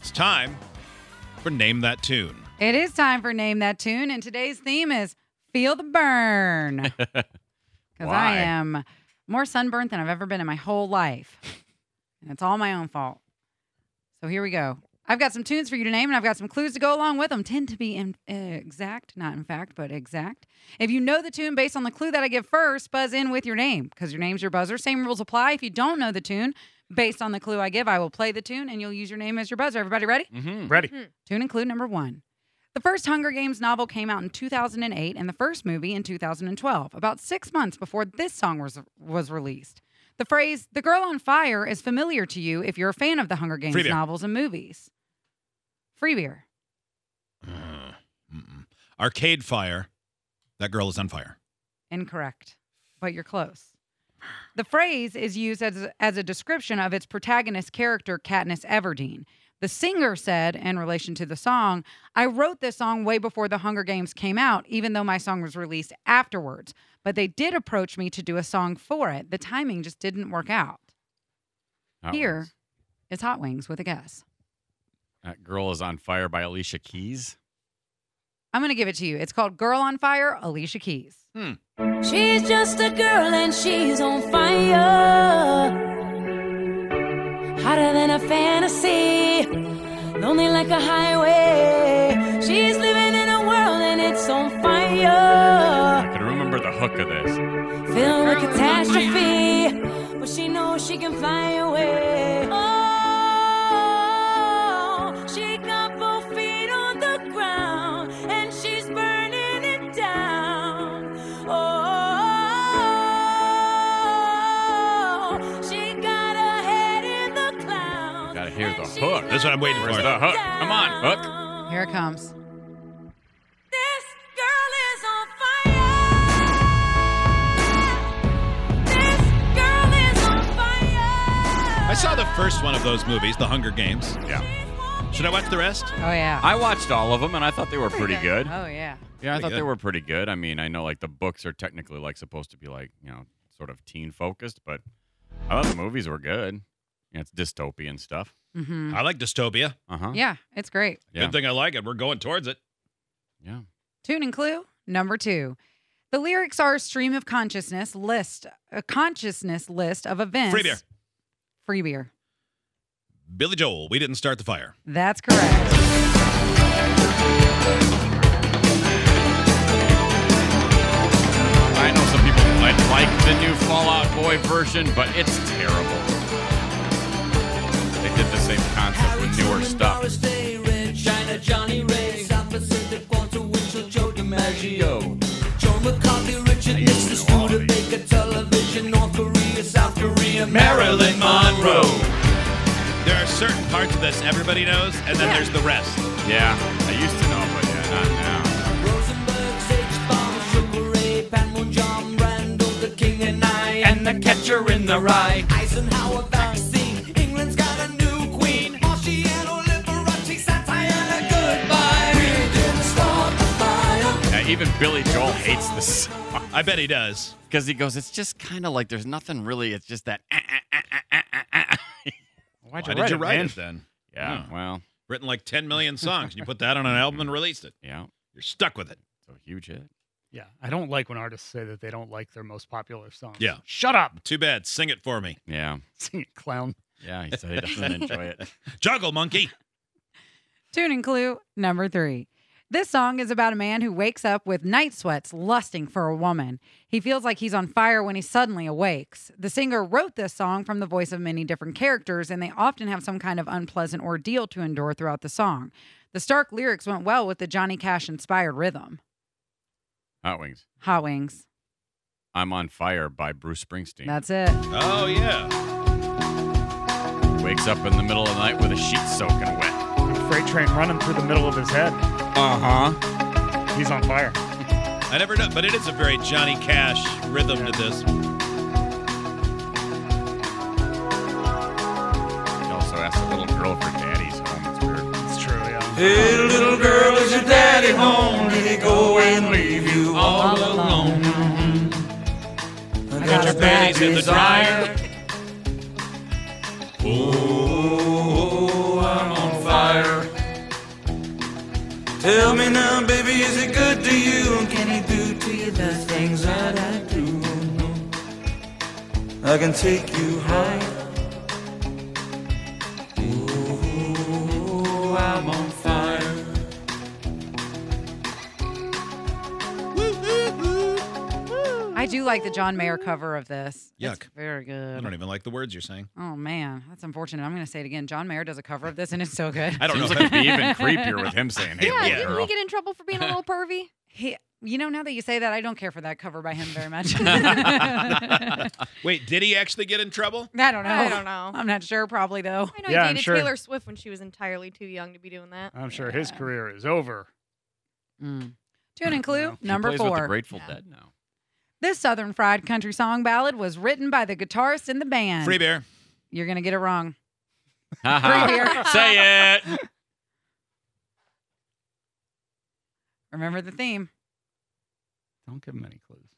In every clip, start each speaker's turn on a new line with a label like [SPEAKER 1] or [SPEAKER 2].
[SPEAKER 1] It's time for Name That Tune.
[SPEAKER 2] It is time for Name That Tune, and today's theme is Feel the Burn. Because I
[SPEAKER 1] Why?
[SPEAKER 2] am more sunburnt than I've ever been in my whole life. And it's all my own fault. So here we go. I've got some tunes for you to name, and I've got some clues to go along with them. Tend to be in, uh, exact, not in fact, but exact. If you know the tune based on the clue that I give first, buzz in with your name because your name's your buzzer. Same rules apply. If you don't know the tune based on the clue I give, I will play the tune and you'll use your name as your buzzer. Everybody ready?
[SPEAKER 1] Mm-hmm.
[SPEAKER 3] Ready.
[SPEAKER 2] Tune and clue number one. The first Hunger Games novel came out in 2008 and the first movie in 2012, about six months before this song was, was released. The phrase, the girl on fire, is familiar to you if you're a fan of the Hunger Games
[SPEAKER 1] Free beer.
[SPEAKER 2] novels and movies. Free beer.
[SPEAKER 1] Arcade Fire. That girl is on fire.
[SPEAKER 2] Incorrect, but you're close. The phrase is used as a, as a description of its protagonist character, Katniss Everdeen. The singer said, in relation to the song, I wrote this song way before The Hunger Games came out, even though my song was released afterwards. But they did approach me to do a song for it. The timing just didn't work out.
[SPEAKER 4] Hot
[SPEAKER 2] Here
[SPEAKER 4] Ones.
[SPEAKER 2] is Hot Wings with a guess.
[SPEAKER 4] That Girl is on Fire by Alicia Keys.
[SPEAKER 2] I'm going to give it to you. It's called Girl on Fire, Alicia Keys.
[SPEAKER 5] She's just a girl and she's on fire. Hotter than a fantasy, lonely like a highway. She's living in a world and it's on
[SPEAKER 4] I
[SPEAKER 5] fire.
[SPEAKER 4] can remember the hook of this.
[SPEAKER 5] Filled with catastrophe, but she knows she can fly away. Oh, she got both feet on the ground and she's burning it down. Oh, she got her head in the clouds.
[SPEAKER 4] Gotta hear the
[SPEAKER 5] and she's
[SPEAKER 4] hook.
[SPEAKER 1] That's what I'm waiting
[SPEAKER 4] Where's
[SPEAKER 1] for.
[SPEAKER 4] the hook? Come on, hook.
[SPEAKER 5] down.
[SPEAKER 2] Here it comes.
[SPEAKER 5] This girl is on fire. This girl is on fire.
[SPEAKER 1] I saw the first one of those movies, The Hunger Games.
[SPEAKER 4] Yeah.
[SPEAKER 1] Should I watch the rest?
[SPEAKER 2] Oh, yeah.
[SPEAKER 4] I watched all of them and I thought they were pretty good.
[SPEAKER 2] Oh, yeah.
[SPEAKER 4] Yeah, I
[SPEAKER 1] Pretty
[SPEAKER 4] thought they
[SPEAKER 1] good.
[SPEAKER 4] were pretty good. I mean, I know like the books are technically like supposed to be like, you know, sort of teen focused, but I thought the movies were good. Yeah, it's dystopian stuff.
[SPEAKER 2] hmm
[SPEAKER 1] I like Dystopia.
[SPEAKER 4] Uh-huh.
[SPEAKER 2] Yeah, it's great.
[SPEAKER 4] Yeah.
[SPEAKER 1] Good thing I like it. We're going towards it.
[SPEAKER 4] Yeah.
[SPEAKER 2] Tune and clue number two. The lyrics are a stream of consciousness list, a consciousness list of events.
[SPEAKER 1] Free beer.
[SPEAKER 2] Free beer.
[SPEAKER 1] Billy Joel, we didn't start the fire.
[SPEAKER 2] That's correct.
[SPEAKER 4] I know some people might like the new Fallout Boy version, but it's terrible. They did the same concept with newer stuff.
[SPEAKER 6] China Johnny Ray, South Pacific Walter Winchell, Joe DiMaggio, Joe McCarthy, Richard Nixon, Studebaker Television, North Korea, South Korea, Marilyn Monroe.
[SPEAKER 1] There are certain parts of this everybody knows, and then
[SPEAKER 2] Yeah.
[SPEAKER 1] there's the rest.
[SPEAKER 4] Yeah, I used to know, but yeah, not now.
[SPEAKER 6] Rosenberg's H-bomb, Sugar Ray, Panmunjom, Randall, the King and I, and the catcher in the rye. Eisenhower vaccine, England's got a new queen. Marciano, Liberace, Santayana, goodbye. We didn't start the fire.
[SPEAKER 4] Yeah, even Billy Joel hates this song
[SPEAKER 1] I bet he does.
[SPEAKER 4] because he goes, "It's just kind of like there's nothing really. It's just that." ah, ah, ah, ah, ah, ah, ah." Why'd
[SPEAKER 1] Why did you write
[SPEAKER 4] man?
[SPEAKER 1] it then?
[SPEAKER 4] Yeah,
[SPEAKER 1] Huh.
[SPEAKER 4] well,
[SPEAKER 1] Written like 10 million songs, and you put that on an album and released it.
[SPEAKER 4] yeah,
[SPEAKER 1] You're stuck with it.
[SPEAKER 4] it's a huge hit.
[SPEAKER 3] Yeah, I don't like when artists say that they don't like their most popular songs.
[SPEAKER 1] Yeah.
[SPEAKER 3] Shut up.
[SPEAKER 1] Too bad. Sing it for me.
[SPEAKER 4] Yeah,
[SPEAKER 3] Sing it, clown.
[SPEAKER 4] yeah, he said he doesn't enjoy it.
[SPEAKER 1] Juggle, monkey.
[SPEAKER 2] Tune and clue number three. This song is about a man who wakes up with night sweats lusting for a woman. He feels like he's on fire when he suddenly awakes. The singer wrote this song from the voice of many different characters, and they often have some kind of unpleasant ordeal to endure throughout the song. The stark lyrics went well with the Johnny Cash inspired rhythm.
[SPEAKER 4] Hot Wings.
[SPEAKER 2] Hot Wings.
[SPEAKER 4] I'm on fire by Bruce Springsteen.
[SPEAKER 2] That's it.
[SPEAKER 1] Oh, yeah.
[SPEAKER 4] Wakes up in the middle of the night with a sheet soaking wet.
[SPEAKER 3] I'm afraid train running through the middle of his head.
[SPEAKER 4] Uh huh.
[SPEAKER 3] He's on fire.
[SPEAKER 1] I never know, but it is a very Johnny Cash rhythm to this.
[SPEAKER 4] He also asked the little girl for daddy's home. It's weird.
[SPEAKER 3] It's true, yeah.
[SPEAKER 6] Hey, little girl, is your daddy home? Did he go and leave you all alone? I got your panties in the dryer. Oh, I'm on fire. Tell me now, baby, is it good to you? And Can he do to you the things that I do? I can take you high. Ooh, I'm on fire.
[SPEAKER 2] I do like the John Mayer cover of this. It's
[SPEAKER 1] Yuck.
[SPEAKER 2] very
[SPEAKER 1] I
[SPEAKER 2] good.
[SPEAKER 1] don't even like the words you're saying.
[SPEAKER 2] Oh man, that's unfortunate. I'm gonna say it again. John Mayer does a cover of this, and it's so good.
[SPEAKER 1] I don't
[SPEAKER 4] Seems
[SPEAKER 1] know.
[SPEAKER 4] like it'd be even creepier with him saying, "Hey,
[SPEAKER 7] Yeah,
[SPEAKER 4] little
[SPEAKER 7] didn't
[SPEAKER 4] girl."
[SPEAKER 7] we get in trouble for being a little pervy?
[SPEAKER 2] He, you know, now that you say that, I don't care for that cover by him very much.
[SPEAKER 1] Wait, did he actually get in trouble?
[SPEAKER 2] I don't know.
[SPEAKER 7] I don't know.
[SPEAKER 2] I'm not sure. Probably though.
[SPEAKER 7] I know
[SPEAKER 3] Yeah,
[SPEAKER 7] he
[SPEAKER 3] I'm
[SPEAKER 7] dated
[SPEAKER 3] sure.
[SPEAKER 7] Taylor Swift when she was entirely too young to be doing that.
[SPEAKER 3] I'm sure his career is over.
[SPEAKER 2] Mm. Tune and clue
[SPEAKER 4] He
[SPEAKER 2] number
[SPEAKER 4] plays With the
[SPEAKER 2] four.
[SPEAKER 4] Grateful Dead now.
[SPEAKER 2] this Southern Fried country song ballad was written by the guitarist in the band.
[SPEAKER 1] Free beer.
[SPEAKER 2] You're gonna get it wrong.
[SPEAKER 4] Haha. Say it.
[SPEAKER 2] Remember the theme.
[SPEAKER 3] Don't give him any clues.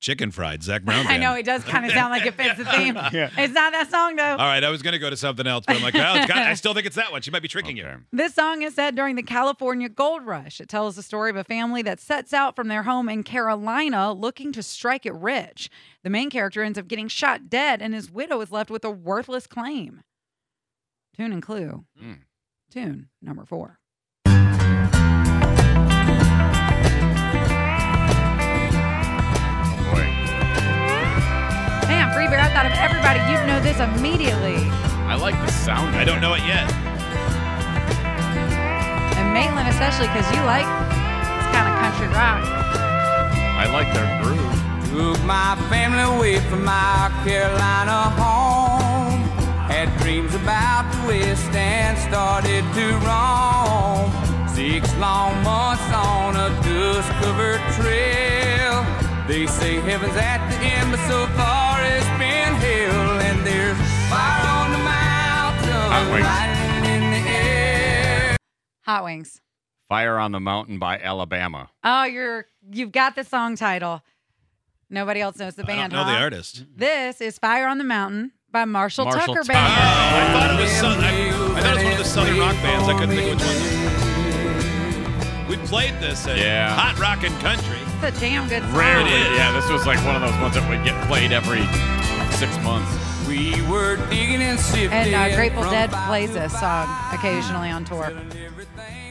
[SPEAKER 1] Chicken fried. Zach Brown.
[SPEAKER 2] I
[SPEAKER 1] Band.
[SPEAKER 2] know it does kind of sound like it fits the theme.
[SPEAKER 3] Yeah.
[SPEAKER 2] It's not that song though.
[SPEAKER 1] All right, I was going to go to something else, but I'm like, well, it's got, I still think it's that one. She might be tricking
[SPEAKER 4] Okay.
[SPEAKER 1] you.
[SPEAKER 2] This song is set during the California Gold Rush. It tells the story of a family that sets out from their home in Carolina looking to strike it rich. The main character ends up getting shot dead, and his widow is left with a worthless claim. Tune and clue.
[SPEAKER 1] Hmm.
[SPEAKER 4] Mm.
[SPEAKER 2] Tune number four.
[SPEAKER 4] Oh boy.
[SPEAKER 2] Man, Free Bear, I thought of everybody. You'd know this immediately.
[SPEAKER 4] I like the sound.
[SPEAKER 1] I don't know it yet.
[SPEAKER 2] And Maitland, especially, because you like this kind of country rock.
[SPEAKER 4] I like their groove.
[SPEAKER 6] Took my family away from my Carolina home. Had dreams about the West and started to roam. Six long months on a dust covered trail. They say heaven's at the end, but so far it's been hell. And there's fire on the
[SPEAKER 4] Hot
[SPEAKER 6] mountain,
[SPEAKER 4] wings.
[SPEAKER 6] lightning in the air.
[SPEAKER 2] Hot Wings.
[SPEAKER 4] Fire on the Mountain by Alabama.
[SPEAKER 2] Oh, you're you've got the song title. Nobody else knows the
[SPEAKER 1] I don't
[SPEAKER 2] band.
[SPEAKER 1] know
[SPEAKER 2] huh?
[SPEAKER 1] the artist.
[SPEAKER 2] This is Fire on the Mountain by Marshall,
[SPEAKER 4] Marshall
[SPEAKER 2] Tucker
[SPEAKER 4] Tucker.
[SPEAKER 1] Oh,
[SPEAKER 2] Band.
[SPEAKER 1] I thought it was Southern. I, I thought it was one of the Southern rock bands. I couldn't think of which one. We played this at
[SPEAKER 4] Yeah.
[SPEAKER 1] Hot Rock and Country.
[SPEAKER 2] It's a damn good song.
[SPEAKER 4] Rarely.
[SPEAKER 1] It is.
[SPEAKER 4] Yeah, this was like one of those ones that would get played every six months.
[SPEAKER 6] We were digging and sifting.
[SPEAKER 2] And uh, Grateful
[SPEAKER 6] from
[SPEAKER 2] Dead
[SPEAKER 6] five
[SPEAKER 2] plays
[SPEAKER 6] to
[SPEAKER 2] this song occasionally on tour.
[SPEAKER 6] everything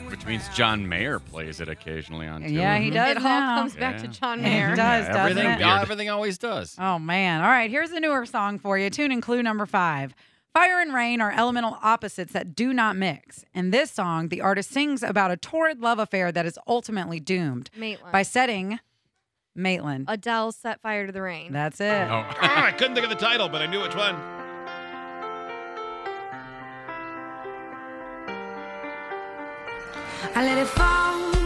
[SPEAKER 6] we
[SPEAKER 4] Which means John Mayer plays it occasionally on tour.
[SPEAKER 2] Yeah, he does
[SPEAKER 7] it all
[SPEAKER 2] now.
[SPEAKER 7] comes back to
[SPEAKER 4] Yeah.
[SPEAKER 7] John
[SPEAKER 2] Yeah,
[SPEAKER 7] Mayer.
[SPEAKER 2] it does, doesn't
[SPEAKER 4] everything,
[SPEAKER 2] it?
[SPEAKER 4] yeah, everything always does.
[SPEAKER 2] Oh man! All right, here's a newer song for you. Tune and clue number five. Fire and rain are elemental opposites that do not mix. In this song, the artist sings about a torrid love affair that is ultimately doomed
[SPEAKER 7] Maitland.
[SPEAKER 2] by setting Maitland.
[SPEAKER 7] Adele set fire to the rain.
[SPEAKER 2] That's it.
[SPEAKER 4] Oh.
[SPEAKER 1] Ah, I couldn't think of the title, but I knew which one.
[SPEAKER 8] I let it fall,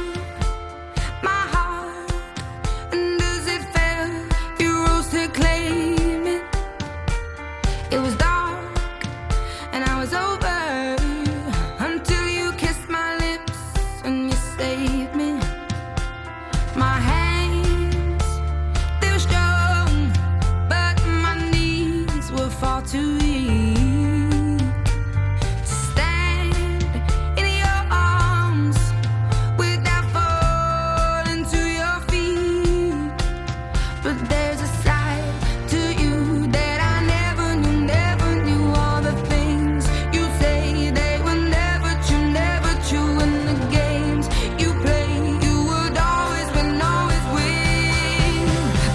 [SPEAKER 8] my heart, and as it fell, you rose to claim it. It was dark, and I was over you until you kissed my lips and you saved me. My hands, they were strong, but my knees were far too weak stand in your arms without falling to your feet. But there's a side to you that I never knew, never knew all the things you say they were never true, never true in the games you play. You would always win, always win.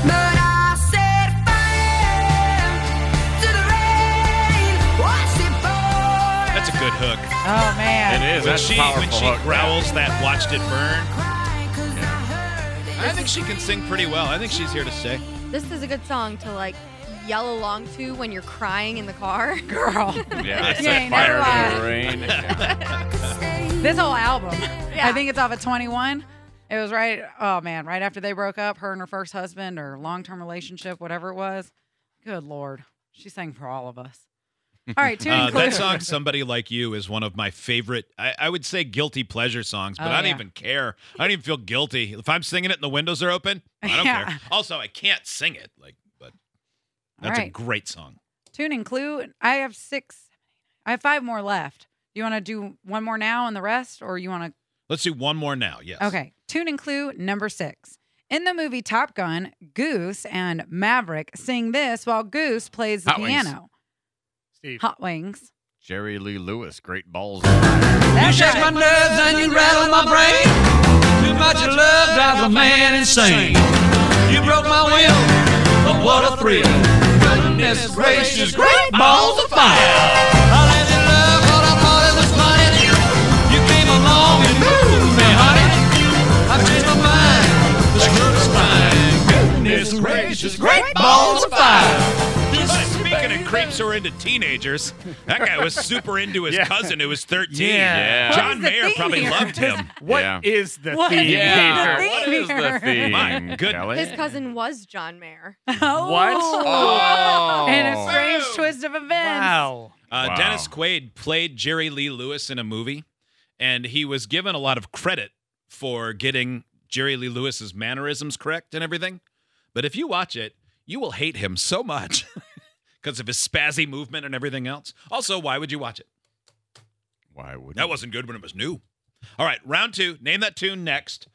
[SPEAKER 8] But I set fire to the rain, watch it pour.
[SPEAKER 1] That's a good hook.
[SPEAKER 2] Oh man!
[SPEAKER 4] It is.
[SPEAKER 1] when
[SPEAKER 4] That's
[SPEAKER 1] she
[SPEAKER 4] a powerful
[SPEAKER 1] when she
[SPEAKER 4] hook.
[SPEAKER 1] growls that watched it burn. I
[SPEAKER 8] I
[SPEAKER 1] think she can sing pretty well. I think she's here to stay.
[SPEAKER 7] This is a good song to like yell along to when you're crying in the car.
[SPEAKER 2] Girl.
[SPEAKER 4] Yeah, I
[SPEAKER 2] You
[SPEAKER 4] set
[SPEAKER 2] ain't
[SPEAKER 4] fire
[SPEAKER 2] never
[SPEAKER 4] to the rain.
[SPEAKER 8] can
[SPEAKER 2] This whole album.
[SPEAKER 5] Yeah.
[SPEAKER 2] I think it's off at 21. It was right, oh man, right after they broke up, her and her first husband or long term relationship, whatever it was. Good Lord. She sang for all of us. All right, tune
[SPEAKER 1] Uh,
[SPEAKER 2] in. Clue.
[SPEAKER 1] that song, Somebody Like You, is one of my favorite, I, I would say guilty pleasure songs, but
[SPEAKER 2] Oh,
[SPEAKER 1] I don't
[SPEAKER 2] yeah.
[SPEAKER 1] even care. I don't even feel guilty. If I'm singing it and the windows are open, I don't
[SPEAKER 2] Yeah.
[SPEAKER 1] care. Also, I can't sing it, like, but that's a
[SPEAKER 2] right.
[SPEAKER 1] great song.
[SPEAKER 2] Tune in, Clue. I have six, I have five more left. You want to do one more now and the rest, or you want to
[SPEAKER 1] Let's do one more now. Yes.
[SPEAKER 2] Okay. Tune and clue number six. In the movie Top Gun, Goose and Maverick sing this while Goose plays the
[SPEAKER 4] Hot Wings.
[SPEAKER 2] piano.
[SPEAKER 3] Steve.
[SPEAKER 2] Hot Wings.
[SPEAKER 4] Jerry Lee Lewis, great balls.
[SPEAKER 2] That's
[SPEAKER 8] Shake my
[SPEAKER 2] right.
[SPEAKER 8] nerves and you rattle my brain. Too much of love drives a man insane. You broke my will, but what a thrill. Goodness gracious, great balls of fire. I let you love what I thought it was funny. You came along and moved me, honey. I've changed my mind. This girl is fine. Goodness gracious, great balls of fire.
[SPEAKER 1] But speaking of creeps who are into teenagers, that guy was super into his
[SPEAKER 3] Yeah.
[SPEAKER 1] cousin who was 13.
[SPEAKER 3] Yeah.
[SPEAKER 4] What
[SPEAKER 1] John
[SPEAKER 2] is the
[SPEAKER 1] Mayer
[SPEAKER 2] theme
[SPEAKER 1] probably
[SPEAKER 2] here?
[SPEAKER 1] loved him.
[SPEAKER 3] What is
[SPEAKER 4] Yeah.
[SPEAKER 3] the
[SPEAKER 2] What
[SPEAKER 3] theme?
[SPEAKER 2] is
[SPEAKER 4] Yeah.
[SPEAKER 2] the
[SPEAKER 3] here?
[SPEAKER 4] What
[SPEAKER 2] theme
[SPEAKER 4] is the
[SPEAKER 2] here?
[SPEAKER 4] theme?
[SPEAKER 1] My goodness.
[SPEAKER 5] His cousin was John Mayer.
[SPEAKER 2] Oh.
[SPEAKER 3] What?
[SPEAKER 4] Oh.
[SPEAKER 2] And a strange
[SPEAKER 1] Wow.
[SPEAKER 2] twist of events.
[SPEAKER 3] Wow.
[SPEAKER 1] Uh,
[SPEAKER 4] Wow.
[SPEAKER 1] Dennis Quaid played Jerry Lee Lewis in a movie, and he was given a lot of credit for getting Jerry Lee Lewis's mannerisms correct and everything. But if you watch it, you will hate him so much because of his spazzy movement and everything else. Also, why would you watch it?
[SPEAKER 4] Why would
[SPEAKER 1] That wasn't good when it was new. All right, round two. Name that tune next.